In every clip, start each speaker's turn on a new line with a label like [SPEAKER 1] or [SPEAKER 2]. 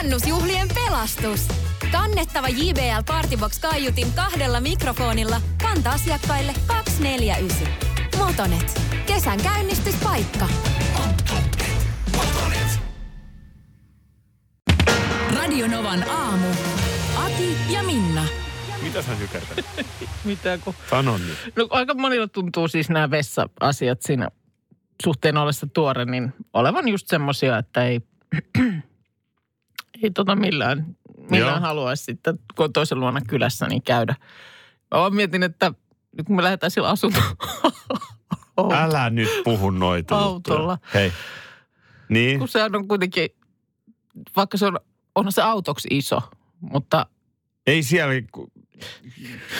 [SPEAKER 1] Juhannusjuhlien pelastus. Kannettava JBL Partybox kaiutin kahdella mikrofonilla kanta-asiakkaille 249. Motonet. Kesän käynnistyspaikka.
[SPEAKER 2] Radionovan aamu. Ati ja Minna.
[SPEAKER 3] Mitä sä hykertät?
[SPEAKER 4] Mitä kun...
[SPEAKER 3] Sano nyt.
[SPEAKER 4] No aika monilla tuntuu siis nämä vessa-asiat siinä suhteen ollessa tuore, niin olevan just semmosia, että ei, ei tota millään, millään
[SPEAKER 3] Joo.
[SPEAKER 4] haluaisi sitten, kun on toisen luona kylässä, niin käydä. Mä vaan mietin, että nyt kun me lähdetään sillä asuntoon
[SPEAKER 3] Älä nyt puhu noita
[SPEAKER 4] Autolla.
[SPEAKER 3] juttuja. Hei. Niin?
[SPEAKER 4] kun sehän on kuitenkin, vaikka se on, onhan se autoksi iso, mutta
[SPEAKER 3] Ei siellä... ku-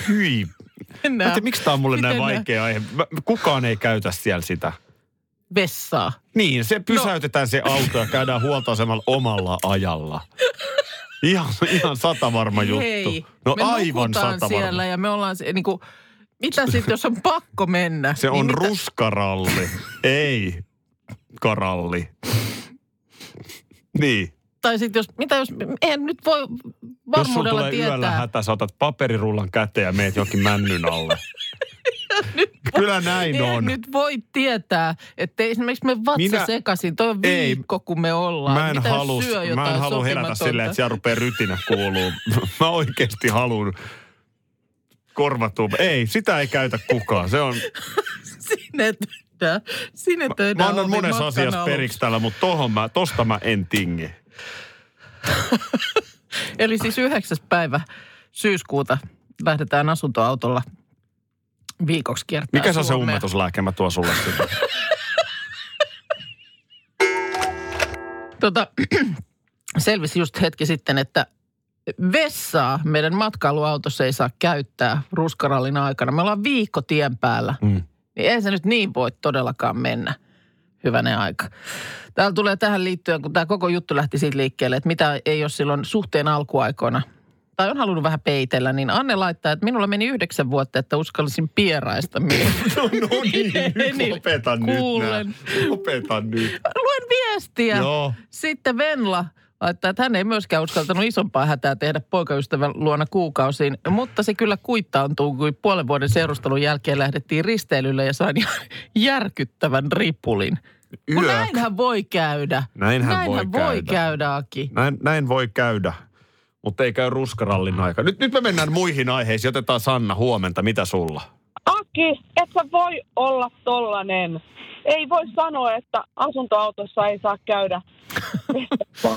[SPEAKER 3] Hyi. Mä en
[SPEAKER 4] enää
[SPEAKER 3] tiedä, miksi tämä on mulle näin
[SPEAKER 4] Miten nää-
[SPEAKER 3] vaikea aihe. Mä- Kukaan ei käytä siellä sitä.
[SPEAKER 4] vessaa.
[SPEAKER 3] Niin,
[SPEAKER 4] No.
[SPEAKER 3] se pysäytetään se auto ja käydään huoltoasemalla omalla ajalla. Ihan, ihan satavarma
[SPEAKER 4] Hei,
[SPEAKER 3] juttu. No
[SPEAKER 4] me
[SPEAKER 3] aivan
[SPEAKER 4] nukutaan
[SPEAKER 3] satavarma.
[SPEAKER 4] siellä ja me ollaan se, niin kuin, mitä sitten, jos on pakko mennä?
[SPEAKER 3] Se on
[SPEAKER 4] niin
[SPEAKER 3] niin
[SPEAKER 4] mitä-
[SPEAKER 3] ruskaralli, ei karalli. Niin.
[SPEAKER 4] Tai sitten jos, mitä jos, en nyt voi
[SPEAKER 3] Jos sulla
[SPEAKER 4] varmuudella
[SPEAKER 3] tulee yöllä
[SPEAKER 4] tietää.
[SPEAKER 3] hätä, sä otat paperirullan käteen ja meet jonkin männyn alle. Kyllä näin
[SPEAKER 4] En
[SPEAKER 3] niin on.
[SPEAKER 4] Niin, nyt voi tietää, että esimerkiksi me vatsa
[SPEAKER 3] Minä-
[SPEAKER 4] Minä... sekaisin. Toi on
[SPEAKER 3] Ei.
[SPEAKER 4] viikko, kun me ollaan.
[SPEAKER 3] Mä en,
[SPEAKER 4] Mitä jos
[SPEAKER 3] halus,
[SPEAKER 4] syö
[SPEAKER 3] mä en
[SPEAKER 4] jotain
[SPEAKER 3] halua herätä
[SPEAKER 4] sopimatonta?
[SPEAKER 3] silleen, että siellä rupeaa rytinä kuuluu. Mä oikeasti haluan korvatuun. Ei, sitä ei käytä kukaan. Se on,
[SPEAKER 4] Sinetöidään. Sinetöidään.
[SPEAKER 3] mä annan
[SPEAKER 4] ovi
[SPEAKER 3] monessa
[SPEAKER 4] matkan
[SPEAKER 3] asiassa
[SPEAKER 4] aluksi.
[SPEAKER 3] periksi tällä, mutta tohon mä, tosta mä en tingi.
[SPEAKER 4] Eli siis 9. päivä syyskuuta lähdetään asuntoautolla viikoksi kiertämään
[SPEAKER 3] Mikä se on se
[SPEAKER 4] Suomea.
[SPEAKER 3] ummetuslääke? Mä tuon sulle sitä.
[SPEAKER 4] Tota, selvisi just hetki sitten, että vessaa meidän matkailuautossa ei saa käyttää ruskarallin aikana. Me ollaan viikko tien päällä,
[SPEAKER 3] Mm.
[SPEAKER 4] niin ei se nyt niin voi todellakaan mennä. Hyvänen aika. Täällä tulee tähän liittyen, kun tämä koko juttu lähti siitä liikkeelle, että mitä ei ole silloin suhteen alkuaikoina tai on halunnut vähän peitellä, niin Anne laittaa, että minulla meni yhdeksän vuotta, että uskallisin pieraista mieltä.
[SPEAKER 3] No, no niin, nyt
[SPEAKER 4] Niin,
[SPEAKER 3] lopeta nyt
[SPEAKER 4] kuulen.
[SPEAKER 3] nää. Lopeta nyt.
[SPEAKER 4] Luen viestiä.
[SPEAKER 3] Joo.
[SPEAKER 4] Sitten Venla laittaa, että hän ei myöskään uskaltanut isompaa hätää tehdä poikaystävän luona kuukausiin, mutta se kyllä kuittaantuu, kun puolen vuoden seurustelun jälkeen lähdettiin risteilylle ja sain järkyttävän ripulin. Kun
[SPEAKER 3] Yök.
[SPEAKER 4] näinhän voi käydä.
[SPEAKER 3] Näinhän voi
[SPEAKER 4] voi
[SPEAKER 3] käydä. No.
[SPEAKER 4] käydä, Aki.
[SPEAKER 3] Näin, näin voi käydä, mutta ei käy ruskarallin aika. Nyt, nyt me mennään muihin aiheisiin. Otetaan Sanna huomenta. Mitä sulla?
[SPEAKER 5] Aki, et sä voi olla tollanen. Ei voi sanoa, että asuntoautossa ei saa käydä.
[SPEAKER 4] Tää on-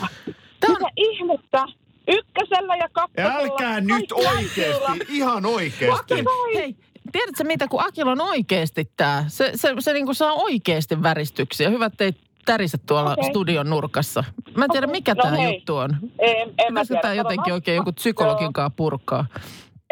[SPEAKER 5] Mitä ihmettä? Ykkösellä ja kakkosella.
[SPEAKER 3] Älkää nyt
[SPEAKER 5] kaikilla.
[SPEAKER 3] oikeesti, ihan oikeesti.
[SPEAKER 4] Aki, hei, tiedätkö mitä, kun Akilla on oikeasti tämä? Se, se, se niin saa oikeasti väristyksiä. Hyvä, että ei tärise tuolla
[SPEAKER 5] Okei.
[SPEAKER 4] studion nurkassa. Mä en tiedä,
[SPEAKER 5] Okei.
[SPEAKER 4] mikä
[SPEAKER 5] No
[SPEAKER 4] tämä
[SPEAKER 5] hei.
[SPEAKER 4] juttu on.
[SPEAKER 5] En, en mä
[SPEAKER 4] Pitäisikö
[SPEAKER 5] tiedä.
[SPEAKER 4] tämä jotenkin
[SPEAKER 5] Katsotaan.
[SPEAKER 4] oikein joku psykologin kanssa purkaa?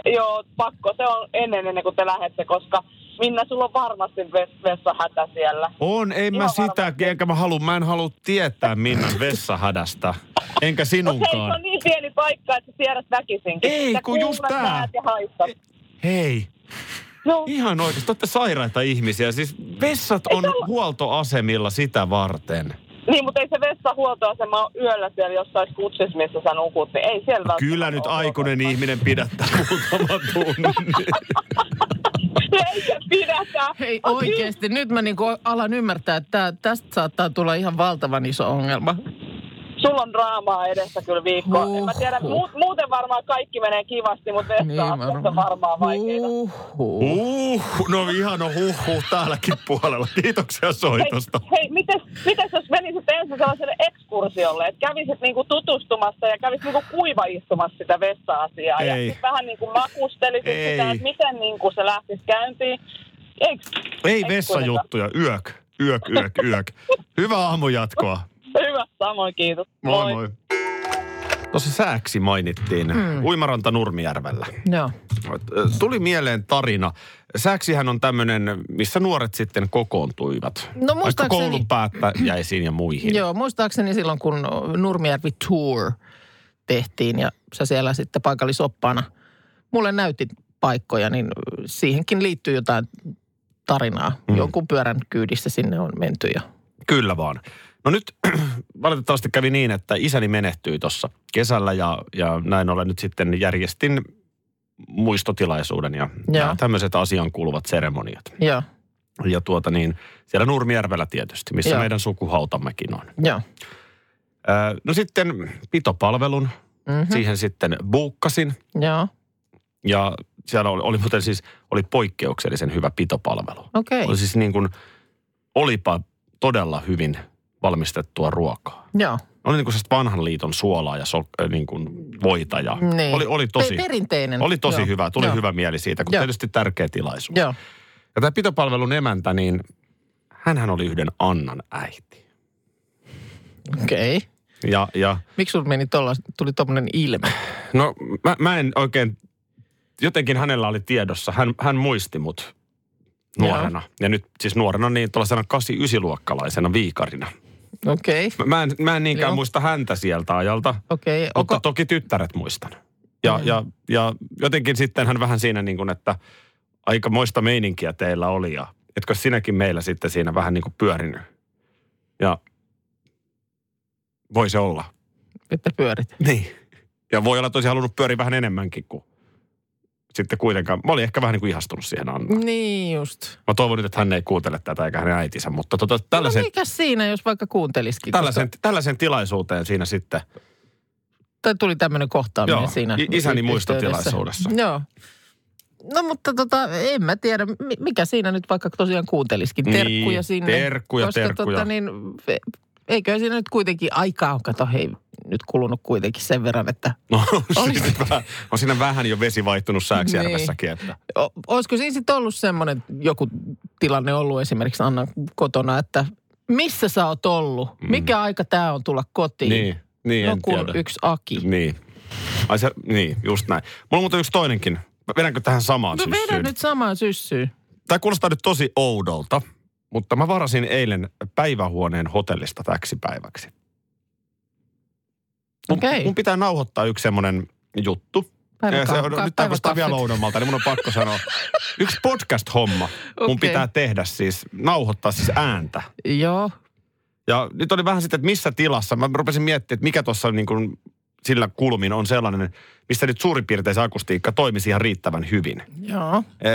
[SPEAKER 5] Joo, joo, pakko. Se on ennen, ennen kuin te lähette, koska Minna, sulla on varmasti ves- vessahätä siellä.
[SPEAKER 3] On, en mä
[SPEAKER 5] Ihan
[SPEAKER 3] sitä,
[SPEAKER 5] varmasti.
[SPEAKER 3] enkä mä halua, mä en halua tietää Minnan vessahädästä. Enkä
[SPEAKER 5] Hei, se on
[SPEAKER 3] sinunkaan.
[SPEAKER 5] niin pieni paikka, että sä tiedät väkisinkin.
[SPEAKER 3] Ei,
[SPEAKER 5] Sä
[SPEAKER 3] kun just
[SPEAKER 5] kuulet,
[SPEAKER 3] tää.
[SPEAKER 5] näet ja haistat.
[SPEAKER 3] Hei,
[SPEAKER 5] No,
[SPEAKER 3] ihan oikeesti, te olette sairaita ihmisiä. Siis vessat on huoltoasemilla sitä varten.
[SPEAKER 5] Niin, mutta ei se vessahuoltoasema ole yöllä siellä jossain kutsissa, missä sä nukut, niin ei siellä välttämättä
[SPEAKER 3] Kyllä nyt
[SPEAKER 5] ole
[SPEAKER 3] aikuinen
[SPEAKER 5] huoltoasema.
[SPEAKER 3] ihminen pidättää muutaman tunnin.
[SPEAKER 5] ei se pidäkään. siis
[SPEAKER 4] Hei
[SPEAKER 5] Aki,
[SPEAKER 4] oikeasti, nyt mä niinku alan ymmärtää, että tää, tästä saattaa tulla ihan valtavan iso ongelma.
[SPEAKER 5] Sulla on draamaa edessä kyllä viikko. En mä tiedä,
[SPEAKER 4] Huhhuh.
[SPEAKER 5] muut, muuten varmaan kaikki menee kivasti, mutta vessa-asiassa niin, varmaan vaikeita.
[SPEAKER 4] Huhhuh.
[SPEAKER 3] Uh, no ihan on huhhuh täälläkin puolella. Kiitoksia
[SPEAKER 5] Hei,
[SPEAKER 3] soitosta.
[SPEAKER 5] hei mites, mites jos menisit ensin sellaiselle ekskursiolle, että kävisit niinku tutustumassa ja kävisit niinku kuivaistumassa sitä vessa-asiaa ja
[SPEAKER 3] Ei.
[SPEAKER 5] sit vähän niinku makustelisit
[SPEAKER 3] Ei.
[SPEAKER 5] sitä, että miten niinku se lähtisi käyntiin. Eiks,
[SPEAKER 3] Ei vessajuttuja, yök, yök, yök, yök. Hyvää aamujatkoa.
[SPEAKER 5] Hyvä, samoin kiitos.
[SPEAKER 3] Moi moi. Tuossa sääksi mainittiin mm. Uimaranta Nurmijärvellä.
[SPEAKER 4] Joo.
[SPEAKER 3] Tuli mieleen tarina. Sääksihän on tämmöinen, missä nuoret sitten kokoontuivat.
[SPEAKER 4] No
[SPEAKER 3] Vaikka
[SPEAKER 4] muistaakseni-
[SPEAKER 3] koulun päättäjäisiin ja muihin.
[SPEAKER 4] Joo, muistaakseni silloin kun Nurmijärvi Tour tehtiin ja sä siellä sitten paikallisoppaana mulle näytti paikkoja, niin siihenkin liittyy jotain tarinaa.
[SPEAKER 3] Mm.
[SPEAKER 4] Jonkun pyörän kyydissä sinne on menty ja
[SPEAKER 3] Kyllä vaan. No nyt valitettavasti kävi niin, että isäni menehtyi tuossa kesällä ja, ja näin ollen nyt sitten järjestin muistotilaisuuden ja, ja
[SPEAKER 4] Joo.
[SPEAKER 3] tämmöiset asian kuuluvat seremoniat.
[SPEAKER 4] Joo,
[SPEAKER 3] Ja tuota niin, siellä Nurmijärvellä tietysti, missä
[SPEAKER 4] Joo.
[SPEAKER 3] meidän sukuhautammekin on.
[SPEAKER 4] joo.
[SPEAKER 3] Öö, no sitten pitopalvelun,
[SPEAKER 4] Mhm.
[SPEAKER 3] mm-hmm. siihen sitten buukkasin
[SPEAKER 4] Joo,
[SPEAKER 3] ja siellä oli, oli muuten siis, oli poikkeuksellisen hyvä pitopalvelu.
[SPEAKER 4] okei.
[SPEAKER 3] Oli siis niin kuin, olipa todella hyvin valmistettua ruokaa.
[SPEAKER 4] Joo,
[SPEAKER 3] Oli niin kuin vanhan liiton suolaa ja sol, äh, niin kuin voita ja
[SPEAKER 4] niin.
[SPEAKER 3] oli, oli tosi,
[SPEAKER 4] Pe- perinteinen.
[SPEAKER 3] oli tosi
[SPEAKER 4] Joo.
[SPEAKER 3] hyvä. Tuli
[SPEAKER 4] Joo.
[SPEAKER 3] hyvä mieli siitä, kun
[SPEAKER 4] Joo.
[SPEAKER 3] tietysti tärkeä tilaisuus.
[SPEAKER 4] Joo,
[SPEAKER 3] Ja tämä pitopalvelun emäntä, niin hänhän oli yhden Annan äiti.
[SPEAKER 4] okei. Okay.
[SPEAKER 3] Ja, ja
[SPEAKER 4] Miksi sulla meni tolla, tuli tommonen ilme?
[SPEAKER 3] no mä, mä en oikein, jotenkin hänellä oli tiedossa, hän, hän muisti mut nuorena. Ja nyt siis nuorena niin tuollaisena 8-9-luokkalaisena viikarina.
[SPEAKER 4] Okei,
[SPEAKER 3] Mä- Mä en, mä en niinkään
[SPEAKER 4] Joo.
[SPEAKER 3] muista häntä sieltä ajalta,
[SPEAKER 4] okei.
[SPEAKER 3] Mutta
[SPEAKER 4] Onko-
[SPEAKER 3] toki tyttäret muistan. Ja, ja, ja jotenkin sitten hän vähän siinä niin kuin, että aika moista meininkiä teillä oli ja etkö sinäkin meillä sitten siinä vähän niin kuin pyörinyt. Ja voi se olla.
[SPEAKER 4] Että pyörit.
[SPEAKER 3] Niin. Ja voi olla, että olisi halunnut pyöriä vähän enemmänkin kuin sitten kuitenkaan. Mä olin ehkä vähän niin kuin ihastunut siihen Annaan.
[SPEAKER 4] Niin just.
[SPEAKER 3] Mä toivon nyt, että hän ei kuuntele tätä eikä hänen äitinsä, mutta tota,
[SPEAKER 4] No
[SPEAKER 3] tällaisen,
[SPEAKER 4] mikä siinä, jos vaikka kuuntelisikin?
[SPEAKER 3] tällaisen, tällaisen tilaisuuteen siinä sitten
[SPEAKER 4] tai tuli tämmöinen kohtaaminen
[SPEAKER 3] Joo,
[SPEAKER 4] siinä.
[SPEAKER 3] i- isäni
[SPEAKER 4] yhteydessä.
[SPEAKER 3] muistotilaisuudessa.
[SPEAKER 4] Joo. No mutta tota, en mä tiedä, mi- mikä siinä nyt vaikka tosiaan kuunteliskin.
[SPEAKER 3] Niin,
[SPEAKER 4] Terkkuja sinne.
[SPEAKER 3] terkkuja,
[SPEAKER 4] koska
[SPEAKER 3] terkkuja.
[SPEAKER 4] Tota, niin, e- eikö siinä nyt kuitenkin aikaa on, kato hei, nyt kulunut kuitenkin sen verran, että
[SPEAKER 3] No on,
[SPEAKER 4] Olis-
[SPEAKER 3] siinä nyt vähän, on siinä vähän jo vesi vaihtunut Sääksijärvessäkin. Että.
[SPEAKER 4] o, olisiko siinä sitten ollut semmoinen joku tilanne ollut esimerkiksi Anna kotona, että missä sä oot ollut? Mikä aika tää on tulla kotiin?
[SPEAKER 3] Mm. Niin, niin en
[SPEAKER 4] Joku
[SPEAKER 3] tiedä.
[SPEAKER 4] No yksi aki.
[SPEAKER 3] Niin. Ai se, niin, just näin. Mulla on muuten yksi toinenkin. Vedänkö tähän samaan
[SPEAKER 4] No vedä
[SPEAKER 3] syssyyn?
[SPEAKER 4] nyt samaan syssyyn.
[SPEAKER 3] Tämä kuulostaa nyt tosi oudolta, mutta mä varasin eilen päivähuoneen hotellista täksi päiväksi. Mun,
[SPEAKER 4] Okei.
[SPEAKER 3] mun pitää nauhoittaa yksi semmoinen juttu.
[SPEAKER 4] Päivä
[SPEAKER 3] Ja se,
[SPEAKER 4] kahv-
[SPEAKER 3] on, nyt tämä kuulostaa
[SPEAKER 4] päiväkahvit.
[SPEAKER 3] vielä oudommalta, niin mun on pakko sanoa. Yksi podcast-homma mun
[SPEAKER 4] Okei.
[SPEAKER 3] pitää tehdä siis, nauhoittaa siis ääntä.
[SPEAKER 4] Joo,
[SPEAKER 3] Ja nyt oli vähän sitten, että missä tilassa. Mä rupesin miettimään, että mikä tuossa niin kuin sillä kulmin on sellainen, missä nyt suurin piirtein se akustiikka toimisi ihan riittävän hyvin.
[SPEAKER 4] joo.
[SPEAKER 3] Ee,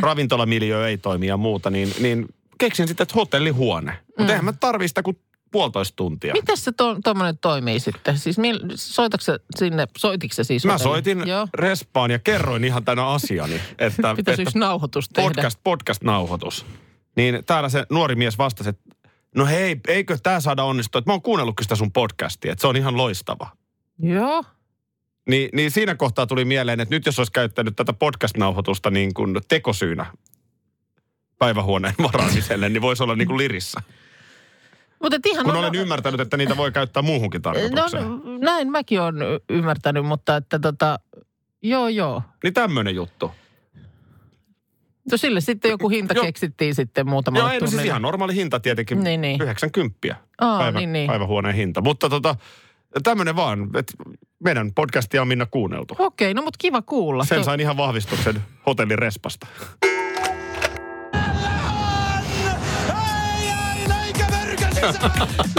[SPEAKER 3] ravintolamiljöö ei toimi ja muuta, niin, niin keksin sitten, että hotellihuone.
[SPEAKER 4] Mm.
[SPEAKER 3] Mutta eihän mä tarvii sitä kuin puolitoista tuntia.
[SPEAKER 4] Miten se tuommoinen toimii sitten? Siis mil- soitatko sä sinne, soititko sä siis?
[SPEAKER 3] Mä
[SPEAKER 4] hotellille?
[SPEAKER 3] soitin
[SPEAKER 4] Joo.
[SPEAKER 3] respaan ja kerroin ihan tänä asiani, että,
[SPEAKER 4] Pitäisi yksi
[SPEAKER 3] että
[SPEAKER 4] nauhoitus tehdä.
[SPEAKER 3] podcast, podcast-nauhoitus. Niin täällä se nuori mies vastasi, että no hei, eikö tämä saada onnistua? Että mä oon kuunnellutkin sitä sun podcastia, että se on ihan loistava.
[SPEAKER 4] Joo.
[SPEAKER 3] Niin, niin siinä kohtaa tuli mieleen, että nyt jos olisi käyttänyt tätä podcast-nauhoitusta niin kuin tekosyynä päivähuoneen varaamiselle, niin voisi olla niin kuin lirissä.
[SPEAKER 4] No, Mutta et ihan
[SPEAKER 3] Kun
[SPEAKER 4] on-
[SPEAKER 3] olen ymmärtänyt, että niitä voi käyttää muuhunkin tarkoitukseen.
[SPEAKER 4] No näin mäkin olen ymmärtänyt, mutta että tota, joo joo.
[SPEAKER 3] Niin tämmöinen juttu.
[SPEAKER 4] No sille sitten joku hinta
[SPEAKER 3] Joo.
[SPEAKER 4] keksittiin sitten muutama
[SPEAKER 3] Joo, ei, no siis ihan normaali hinta tietenkin.
[SPEAKER 4] Niin, niin.
[SPEAKER 3] 90
[SPEAKER 4] Aa,
[SPEAKER 3] päivä,
[SPEAKER 4] niin, niin.
[SPEAKER 3] päivähuoneen hinta. Mutta tota, tämmöinen vaan, että meidän podcastia on Minna kuunneltu.
[SPEAKER 4] Okei, no mutta kiva kuulla.
[SPEAKER 3] Sen
[SPEAKER 4] To-
[SPEAKER 3] sain ihan vahvistuksen hotellin respasta.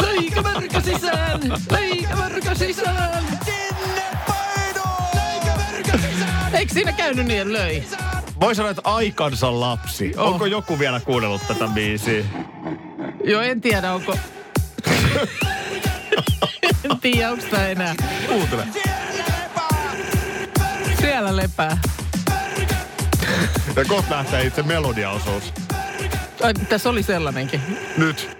[SPEAKER 4] Leika mörkö sisään! Leika mörkö sisään! Eikö siinä käynyt niin, että löi?
[SPEAKER 3] Voi sanoa, että aikansa lapsi.
[SPEAKER 4] Oh.
[SPEAKER 3] Onko joku vielä kuunnellut tätä biisiä?
[SPEAKER 4] Joo, en tiedä, onko... en tiedä, onko tää enää.
[SPEAKER 3] Kuuntele.
[SPEAKER 4] Siellä lepää.
[SPEAKER 3] Ja kohta lähtee itse melodiaosuus.
[SPEAKER 4] Ai, tässä oli sellainenkin.
[SPEAKER 3] Nyt.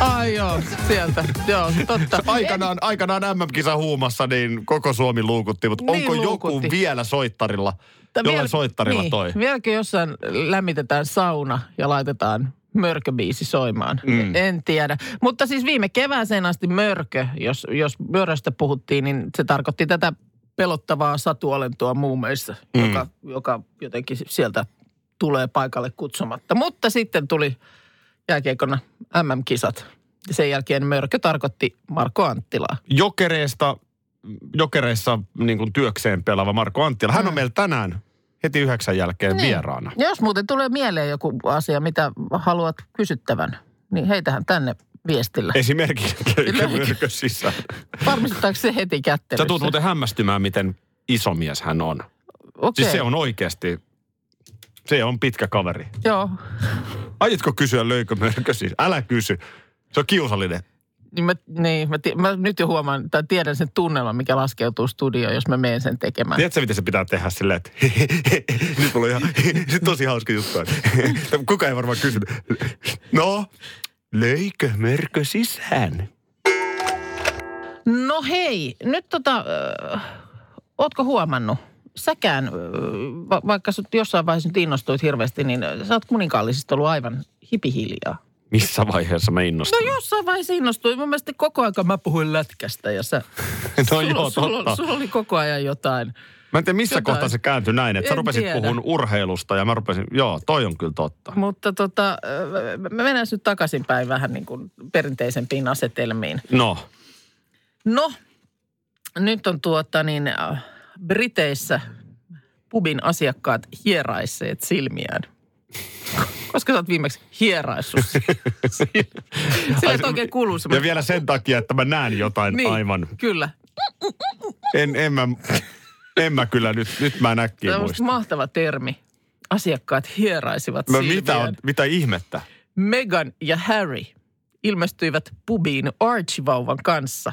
[SPEAKER 4] Ai joo, sieltä. Joo, totta.
[SPEAKER 3] Aikanaan, aikanaan MM-kisa huumassa, niin koko Suomi luukutti, mutta
[SPEAKER 4] Niin
[SPEAKER 3] onko
[SPEAKER 4] luukutti.
[SPEAKER 3] joku vielä soittarilla,
[SPEAKER 4] Tää
[SPEAKER 3] jollain
[SPEAKER 4] vielä-
[SPEAKER 3] soittarilla
[SPEAKER 4] niin,
[SPEAKER 3] toi?
[SPEAKER 4] Vieläkö jossain lämmitetään sauna ja laitetaan mörköbiisi soimaan. Mm. En tiedä. Mutta siis viime kevääseen asti mörkö, jos, jos möröstä puhuttiin, niin se tarkoitti tätä pelottavaa satuolentoa muumeissa, mm. joka, joka jotenkin sieltä tulee paikalle kutsumatta. Mutta sitten tuli jääkiekona MM-kisat. Ja sen jälkeen mörkö tarkoitti Marko Anttilaa.
[SPEAKER 3] Jokereesta, jokereissa niin kuin työkseen pelaava Marko Anttila. Hän
[SPEAKER 4] Mm.
[SPEAKER 3] on meillä tänään heti yhdeksän jälkeen niin. vieraana.
[SPEAKER 4] Jos muuten tulee mieleen joku asia, mitä haluat kysyttävän, niin heitähän tänne viestillä.
[SPEAKER 3] Eh. Esimerkiksi
[SPEAKER 4] Kyllä.
[SPEAKER 3] köykä myrkö sisään.
[SPEAKER 4] Varmistetaanko se heti kättelyssä?
[SPEAKER 3] Sä tulet muuten hämmästymään, miten iso mies hän on.
[SPEAKER 4] Okei,
[SPEAKER 3] Siis se on oikeasti, se on pitkä kaveri.
[SPEAKER 4] Joo,
[SPEAKER 3] Aiotko kysyä löikö mörkö siis? Älä kysy. Se on kiusallinen.
[SPEAKER 4] niin, mä, niin mä, ti- mä, nyt jo huomaan, tai tiedän sen tunnelman, mikä laskeutuu studioon, jos mä menen sen tekemään.
[SPEAKER 3] Tiedätkö, miten se pitää tehdä silleen, että nyt mulla on ihan se tosi hauska juttu. että Kuka ei varmaan kysynyt. No, löikö mörkö sisään?
[SPEAKER 4] No hei, nyt tota, ö, ootko huomannut? Säkään, ö, va- vaikka sut jossain vaiheessa nyt innostuit hirveästi, niin ö, sä oot kuninkaallisista ollut aivan hipihiljaa.
[SPEAKER 3] Missä vaiheessa mä innostun?
[SPEAKER 4] No jossain vaiheessa innostuin. Mun mielestä koko ajan mä puhuin lätkästä ja sä...
[SPEAKER 3] No joo,
[SPEAKER 4] Sulla,
[SPEAKER 3] totta.
[SPEAKER 4] sulla oli koko ajan jotain.
[SPEAKER 3] Mä en tiedä, missä
[SPEAKER 4] Jotain.
[SPEAKER 3] kohtaa se kääntyi näin, että sä
[SPEAKER 4] En
[SPEAKER 3] rupesit
[SPEAKER 4] tiedä.
[SPEAKER 3] puhun urheilusta ja mä rupesin, joo, toi on kyllä totta.
[SPEAKER 4] Mutta tota, ö, me mennään nyt takaisinpäin vähän niin kuin perinteisempiin asetelmiin.
[SPEAKER 3] No,
[SPEAKER 4] No, nyt on tuota niin, äh, Briteissä pubin asiakkaat hieraisseet silmiään. Koska sä oot viimeksi hieraissut. Sillä
[SPEAKER 3] Ai,
[SPEAKER 4] et oikein kuuluu
[SPEAKER 3] ja
[SPEAKER 4] semmoinen.
[SPEAKER 3] vielä sen takia, että mä näen jotain niin. aivan.
[SPEAKER 4] Kyllä.
[SPEAKER 3] En, en, mä, en mä kyllä nyt, nyt mä en
[SPEAKER 4] Tämä
[SPEAKER 3] äkkiä
[SPEAKER 4] on musta
[SPEAKER 3] muista.
[SPEAKER 4] mahtava termi. Asiakkaat hieraisivat
[SPEAKER 3] Mä,
[SPEAKER 4] silmiään.
[SPEAKER 3] mitä, on, mitä ihmettä?
[SPEAKER 4] Meghan ja Harry ilmestyivät pubiin Archivauvan kanssa.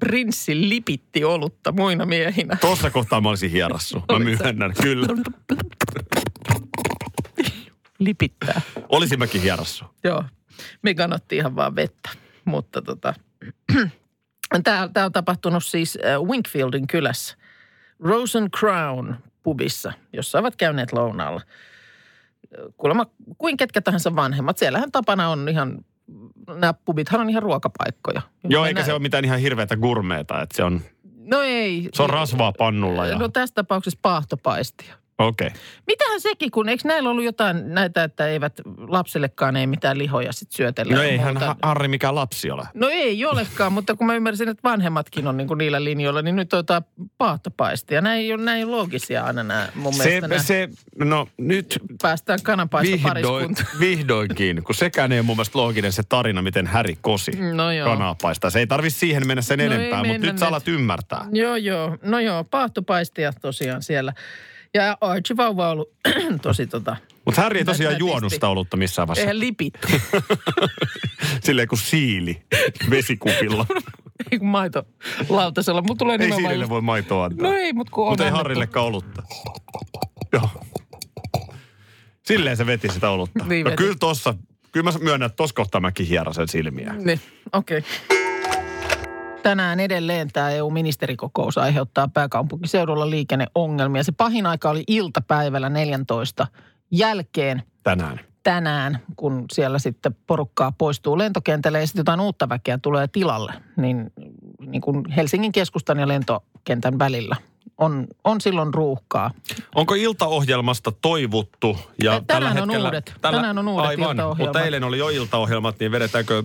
[SPEAKER 4] Prinssi lipitti olutta muina miehinä.
[SPEAKER 3] Tuossa kohtaa mä olisin hierassu. Mä myönnän, kyllä.
[SPEAKER 4] No Lipittää.
[SPEAKER 3] Olisin mäkin hierassu.
[SPEAKER 4] Joo, me kannatti ihan vaan vettä, mutta tota, tämä on tapahtunut siis äh, Winkfieldin kylässä, Rose and Crown pubissa, jossa ovat käyneet lounaalla. Äh, Kuulemma kuin ketkä tahansa vanhemmat. Siellähän tapana on ihan, nämä pubithan on ihan ruokapaikkoja.
[SPEAKER 3] Joo,
[SPEAKER 4] Mä
[SPEAKER 3] eikä
[SPEAKER 4] näen-
[SPEAKER 3] se ole mitään ihan hirveätä gurmeeta, että se on,
[SPEAKER 4] No ei.
[SPEAKER 3] se on rasvaa pannulla. Ja...
[SPEAKER 4] No tässä tapauksessa paahtopaistia.
[SPEAKER 3] Okei.
[SPEAKER 4] Mitähän sekin, kun eikö näillä ollut jotain näitä, että eivät lapsellekaan ei mitään lihoja sitten syötellä.
[SPEAKER 3] No
[SPEAKER 4] ja
[SPEAKER 3] eihän
[SPEAKER 4] muuta?
[SPEAKER 3] Ha- Harri mikään lapsi ole.
[SPEAKER 4] No ei olekaan, mutta kun mä ymmärsin, että vanhemmatkin on niinku niillä linjoilla, niin nyt on jotain paahtopaistia. Nämä ei ole näin loogisia aina nämä mun
[SPEAKER 3] Se,
[SPEAKER 4] mielestä. Nää.
[SPEAKER 3] se, no nyt
[SPEAKER 4] Päästään kananpaista
[SPEAKER 3] vihdoin,
[SPEAKER 4] pariskuntaan.
[SPEAKER 3] vihdoinkin, kun sekään ei ole mun mielestä looginen se tarina, miten Häri kosi
[SPEAKER 4] No joo.
[SPEAKER 3] kanaa paistaa. Se ei tarvi siihen mennä sen
[SPEAKER 4] No ei
[SPEAKER 3] enempää, mutta
[SPEAKER 4] mennä
[SPEAKER 3] nyt sä
[SPEAKER 4] nyt.
[SPEAKER 3] alat ymmärtää.
[SPEAKER 4] Joo, joo. No joo, paahtopaistia tosiaan siellä. Ja Archie Vauva on ollut tosi tota...
[SPEAKER 3] Mutta Häri ei
[SPEAKER 4] Nätisti.
[SPEAKER 3] tosiaan juonut sitä olutta missään vaiheessa.
[SPEAKER 4] Eihän lipitty,
[SPEAKER 3] Silleen kuin siili vesikupilla.
[SPEAKER 4] Niin ei kun maito lautasella. Mulla tulee
[SPEAKER 3] ei
[SPEAKER 4] nimenomaan...
[SPEAKER 3] siilille voi maitoa antaa.
[SPEAKER 4] No ei, mutta kun on
[SPEAKER 3] Mutta ei
[SPEAKER 4] annettu.
[SPEAKER 3] Harrillekaan olutta. Joo. Silleen se veti sitä olutta.
[SPEAKER 4] Niin
[SPEAKER 3] no
[SPEAKER 4] veti.
[SPEAKER 3] kyllä tossa, kyllä mä myönnän, että tossa kohtaa mäkin hierasen silmiä.
[SPEAKER 4] Niin, okei. Okay. Tänään edelleen tämä EU-ministerikokous aiheuttaa pääkaupunkiseudulla liikenneongelmia. Se pahin aika oli iltapäivällä 14 jälkeen
[SPEAKER 3] Tänään.
[SPEAKER 4] tänään, kun siellä sitten porukkaa poistuu lentokentälle ja sitten jotain uutta väkeä tulee tilalle. Niin, niin kuin Helsingin keskustan ja lentokentän välillä on, on silloin ruuhkaa.
[SPEAKER 3] Onko iltaohjelmasta toivuttu? Ja
[SPEAKER 4] Tänään
[SPEAKER 3] tällä
[SPEAKER 4] on
[SPEAKER 3] hetkellä,
[SPEAKER 4] uudet. Tänään on uudet
[SPEAKER 3] aivan,
[SPEAKER 4] iltaohjelmat.
[SPEAKER 3] mutta eilen oli jo iltaohjelmat, niin vedetäänkö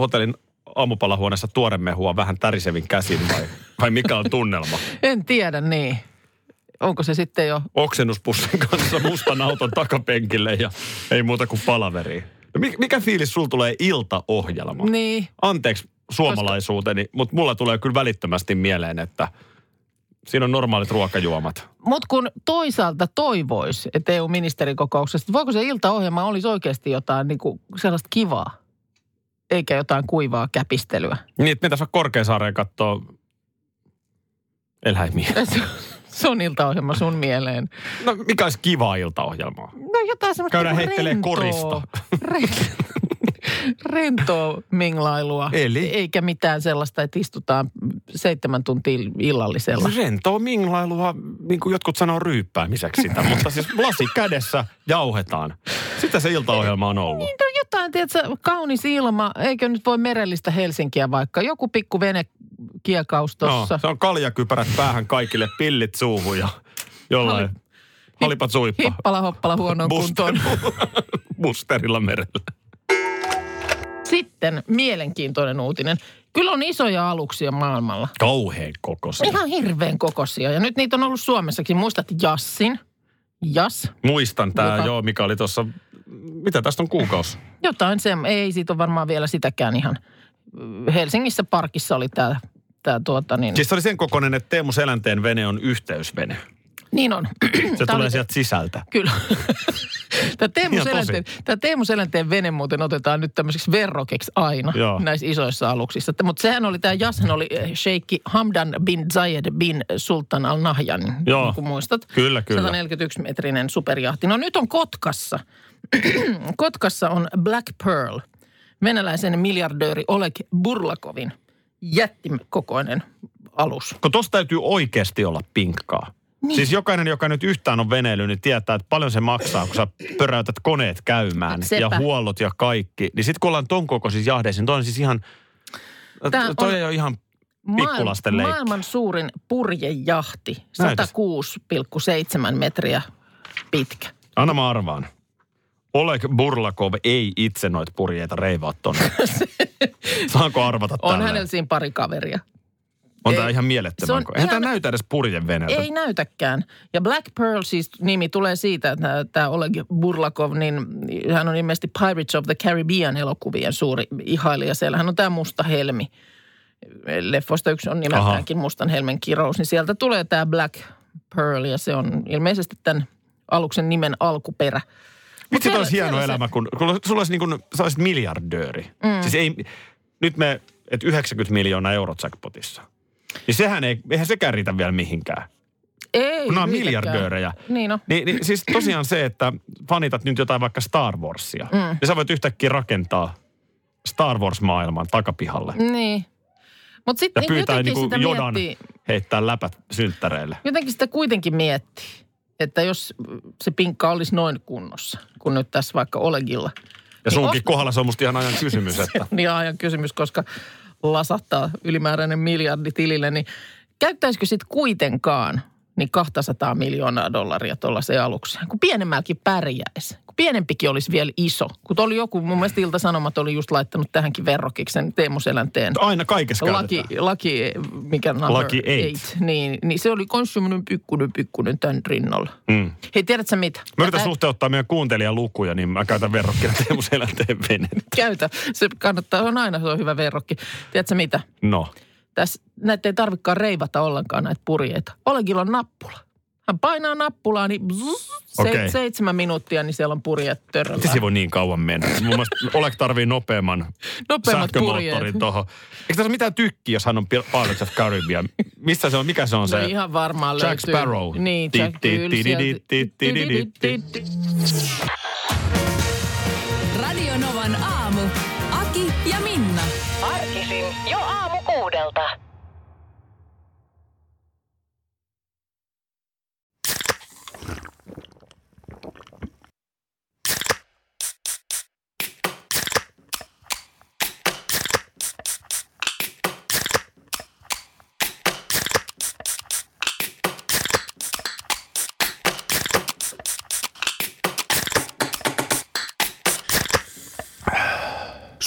[SPEAKER 3] hotellin aamupalahuoneessa tuore mehua vähän tärisevin käsin vai, vai mikä on tunnelma?
[SPEAKER 4] En tiedä niin. Onko se sitten jo
[SPEAKER 3] Oksennuspussin kanssa mustan auton takapenkille ja ei muuta kuin palaveriin. No mi- Mikä fiilis sul tulee iltaohjelmaan?
[SPEAKER 4] niin?
[SPEAKER 3] anteeksi suomalaisuuteni, mutta mulla tulee kyllä välittömästi mieleen, että siinä on normaalit ruokajuomat.
[SPEAKER 4] Mutta kun toisaalta toivoisi, että EU-ministerikokouksesta, voiko se iltaohjelma olisi oikeasti jotain niin kuin sellaista kivaa, eikä jotain kuivaa käpistelyä?
[SPEAKER 3] Niin, että pitäisi olla Korkeasaareen katsoa eläimiä.
[SPEAKER 4] Se on iltaohjelma sun mieleen.
[SPEAKER 3] No mikä olisi kivaa iltaohjelmaa?
[SPEAKER 4] No jotain semmoista
[SPEAKER 3] Käydään
[SPEAKER 4] niinku
[SPEAKER 3] heittelee
[SPEAKER 4] rentoa,
[SPEAKER 3] korista.
[SPEAKER 4] ren- rentoa minglailua.
[SPEAKER 3] Eli?
[SPEAKER 4] Eikä mitään sellaista, että istutaan seitsemän tuntia illallisella.
[SPEAKER 3] Rentoa minglailua, niin kuin jotkut sanoo ryyppäämiseksi sitä, mutta siis lasi kädessä jauhetaan. Sitä se iltaohjelma on ollut.
[SPEAKER 4] No jotain, tiedätkö, kaunis ilma. Eikö nyt voi merellistä Helsinkiä vaikka? Joku pikku venekiekaus
[SPEAKER 3] No,
[SPEAKER 4] tuossa.
[SPEAKER 3] se on kaljakypärät päähän kaikille, pillit suuhun ja jollain. Halipat suippa.
[SPEAKER 4] Hippala hoppala huonoon kuntoon.
[SPEAKER 3] Busterilla merellä.
[SPEAKER 4] Sitten mielenkiintoinen uutinen. Kyllä on isoja aluksia maailmalla.
[SPEAKER 3] Kauhean kokoisia.
[SPEAKER 4] Ihan hirveän kokoisia. Ja nyt niitä on ollut Suomessakin. Muistat Jassin? Jas?
[SPEAKER 3] Muistan tämä,
[SPEAKER 4] Joka-
[SPEAKER 3] joo, mikä oli tuossa mitä tästä on kuukausi?
[SPEAKER 4] Jotain se, ei siitä ole varmaan vielä sitäkään ihan. Helsingissä parkissa oli tämä, tämä tuota niin.
[SPEAKER 3] Siis se oli sen kokoinen, että Teemu Selänteen vene on yhteysvene.
[SPEAKER 4] niin on.
[SPEAKER 3] Se
[SPEAKER 4] Tää
[SPEAKER 3] tulee
[SPEAKER 4] oli-
[SPEAKER 3] sieltä sisältä.
[SPEAKER 4] Kyllä. Tämä Teemu,
[SPEAKER 3] Ihan tosi.
[SPEAKER 4] Selänteen, tämä Teemu Selänteen vene muuten otetaan nyt tämmöiseksi verrokeksi aina
[SPEAKER 3] Joo.
[SPEAKER 4] Joo. näissä isoissa aluksissa. Mutta sehän oli, tämä Jashan oli eh, sheikki Hamdan bin Zayed bin Sultan al Nahjan,
[SPEAKER 3] Joo.
[SPEAKER 4] kun muistat.
[SPEAKER 3] Kyllä, kyllä.
[SPEAKER 4] 141-metrinen superjahti. No nyt on Kotkassa. Kotkassa on Black Pearl, venäläisen miljardööri Oleg Burlakovin jättikokoinen alus.
[SPEAKER 3] Kun tossa täytyy oikeasti olla pinkkaa. Niin. Siis jokainen, joka nyt yhtään on veneily, niin tietää, että paljon se maksaa, kun sä pöräytät koneet käymään
[SPEAKER 4] Sepä.
[SPEAKER 3] ja huollot ja kaikki. Niin sit kun ollaan ton kokoisissa jahdeissa, niin toi on siis ihan,
[SPEAKER 4] Tää
[SPEAKER 3] toi
[SPEAKER 4] on-
[SPEAKER 3] ei ole ihan
[SPEAKER 4] Maail-
[SPEAKER 3] pikkulasten leikki.
[SPEAKER 4] Maailman suurin purjejahti,
[SPEAKER 3] Näytäs.
[SPEAKER 4] 106,7 metriä pitkä.
[SPEAKER 3] Anna mä arvaan. Oleg Burlakov ei itse noit purjeita reivaa tonne. Saanko arvata
[SPEAKER 4] On
[SPEAKER 3] tälleen?
[SPEAKER 4] hänellä siinä pari kaveria.
[SPEAKER 3] On
[SPEAKER 4] ei-
[SPEAKER 3] tää ihan
[SPEAKER 4] se
[SPEAKER 3] mielettömän.
[SPEAKER 4] on
[SPEAKER 3] ko- Eihän
[SPEAKER 4] ihan-
[SPEAKER 3] tää näytä edes purjeveneeltä.
[SPEAKER 4] Ei näytäkään. Ja Black Pearl siis nimi tulee siitä, että tämä Oleg Burlakov, niin hän on ilmeisesti Pirates of the Caribbean elokuvien suuri ihailija. Siellähän on tämä Musta Helmi. Leffoista yksi on nimeltäänkin Mustan Helmen kirous, niin sieltä tulee tämä Black Pearl ja se on ilmeisesti tämän aluksen nimen alkuperä.
[SPEAKER 3] Vitsi,
[SPEAKER 4] siellä-
[SPEAKER 3] toi olisi hieno
[SPEAKER 4] siellä se-
[SPEAKER 3] elämä, kun, kun sulla olisi niin kuin, sä olisit miljardööri. Mm. Siis ei, nyt me, että 90 miljoonaa euro jackpotissa. Niin sehän ei, eihän sekään riitä vielä mihinkään.
[SPEAKER 4] Ei,
[SPEAKER 3] Kun nämä on
[SPEAKER 4] niitäkään.
[SPEAKER 3] miljardöörejä.
[SPEAKER 4] Niin on.
[SPEAKER 3] Niin, niin siis tosiaan se, että fanitat nyt jotain vaikka Star Warsia. Mm. Niin sä voit yhtäkkiä rakentaa Star Wars-maailman takapihalle.
[SPEAKER 4] Niin. Mutta
[SPEAKER 3] Ja
[SPEAKER 4] sitten
[SPEAKER 3] pyytää
[SPEAKER 4] jotenkin
[SPEAKER 3] niin
[SPEAKER 4] sitä
[SPEAKER 3] kuin Jodan
[SPEAKER 4] miettii,
[SPEAKER 3] heittää läpät synttäreille.
[SPEAKER 4] jotenkin sitä kuitenkin miettii, että jos se pinkka olisi noin kunnossa, kun nyt tässä vaikka Olegilla.
[SPEAKER 3] Ja
[SPEAKER 4] Niin
[SPEAKER 3] sunkin
[SPEAKER 4] osta-
[SPEAKER 3] kohdalla se on musta ihan ajan kysymys, että
[SPEAKER 4] Niin ajan kysymys, koska lasahtaa ylimääräinen miljardi tilille, niin käyttäisikö sitten kuitenkaan niin 200 miljoonaa dollaria tuollaiseen alukseen, kun pienemmälläkin pärjäisi. Kun pienempikin olisi vielä iso. Kun oli joku, mun mielestä Ilta-Sanomat oli just laittanut tähänkin verrokiksen Teemu Selänteen
[SPEAKER 3] aina kaikessa
[SPEAKER 4] laki,
[SPEAKER 3] käytetään.
[SPEAKER 4] laki, mikä number
[SPEAKER 3] Laki eight.
[SPEAKER 4] eight. Niin, niin se oli kans semmoinen pikkuinen, pikkuinen tämän rinnalla.
[SPEAKER 3] Mm.
[SPEAKER 4] Hei, tiedätkö mitä?
[SPEAKER 3] Mä yritän
[SPEAKER 4] Ä-
[SPEAKER 3] suhteuttaa meidän kuuntelijalukuja, niin mä käytän verrokkina Teemu Selänteen veneen.
[SPEAKER 4] Käytä. Se kannattaa, se on aina se on hyvä verrokki. Tiedätkö mitä?
[SPEAKER 3] No.
[SPEAKER 4] Tässä, näitä ei tarvikaan reivata ollenkaan näitä purjeita. Olenkin on nappula. Hän painaa nappulaa, niin bzzz, se,
[SPEAKER 3] Okei.
[SPEAKER 4] seitsemän minuuttia, niin siellä on purjeet
[SPEAKER 3] Miten
[SPEAKER 4] törröllä.
[SPEAKER 3] se voi niin kauan mennä? Mun mielestä Oleg tarvii nopeamman
[SPEAKER 4] Nopeammat purjeet.
[SPEAKER 3] sähkömoottorin tuohon. Eikö tässä ole mitään tykkiä, jos hän on Pir- Pirates of Caribbean? Missä se on? Mikä se on se?
[SPEAKER 4] No ihan varmaan
[SPEAKER 3] Jack
[SPEAKER 4] löytyy.
[SPEAKER 3] Sparrow.
[SPEAKER 4] Niin,
[SPEAKER 3] Ti-
[SPEAKER 4] Jack,
[SPEAKER 3] ti-
[SPEAKER 4] kyllä
[SPEAKER 3] ti- ti-
[SPEAKER 4] sieltä.
[SPEAKER 3] ti- ti- ti- ti- ti-
[SPEAKER 2] Radio Novan aamu. Aki ja Minna.
[SPEAKER 6] Arkisin jo aamu kuudelta.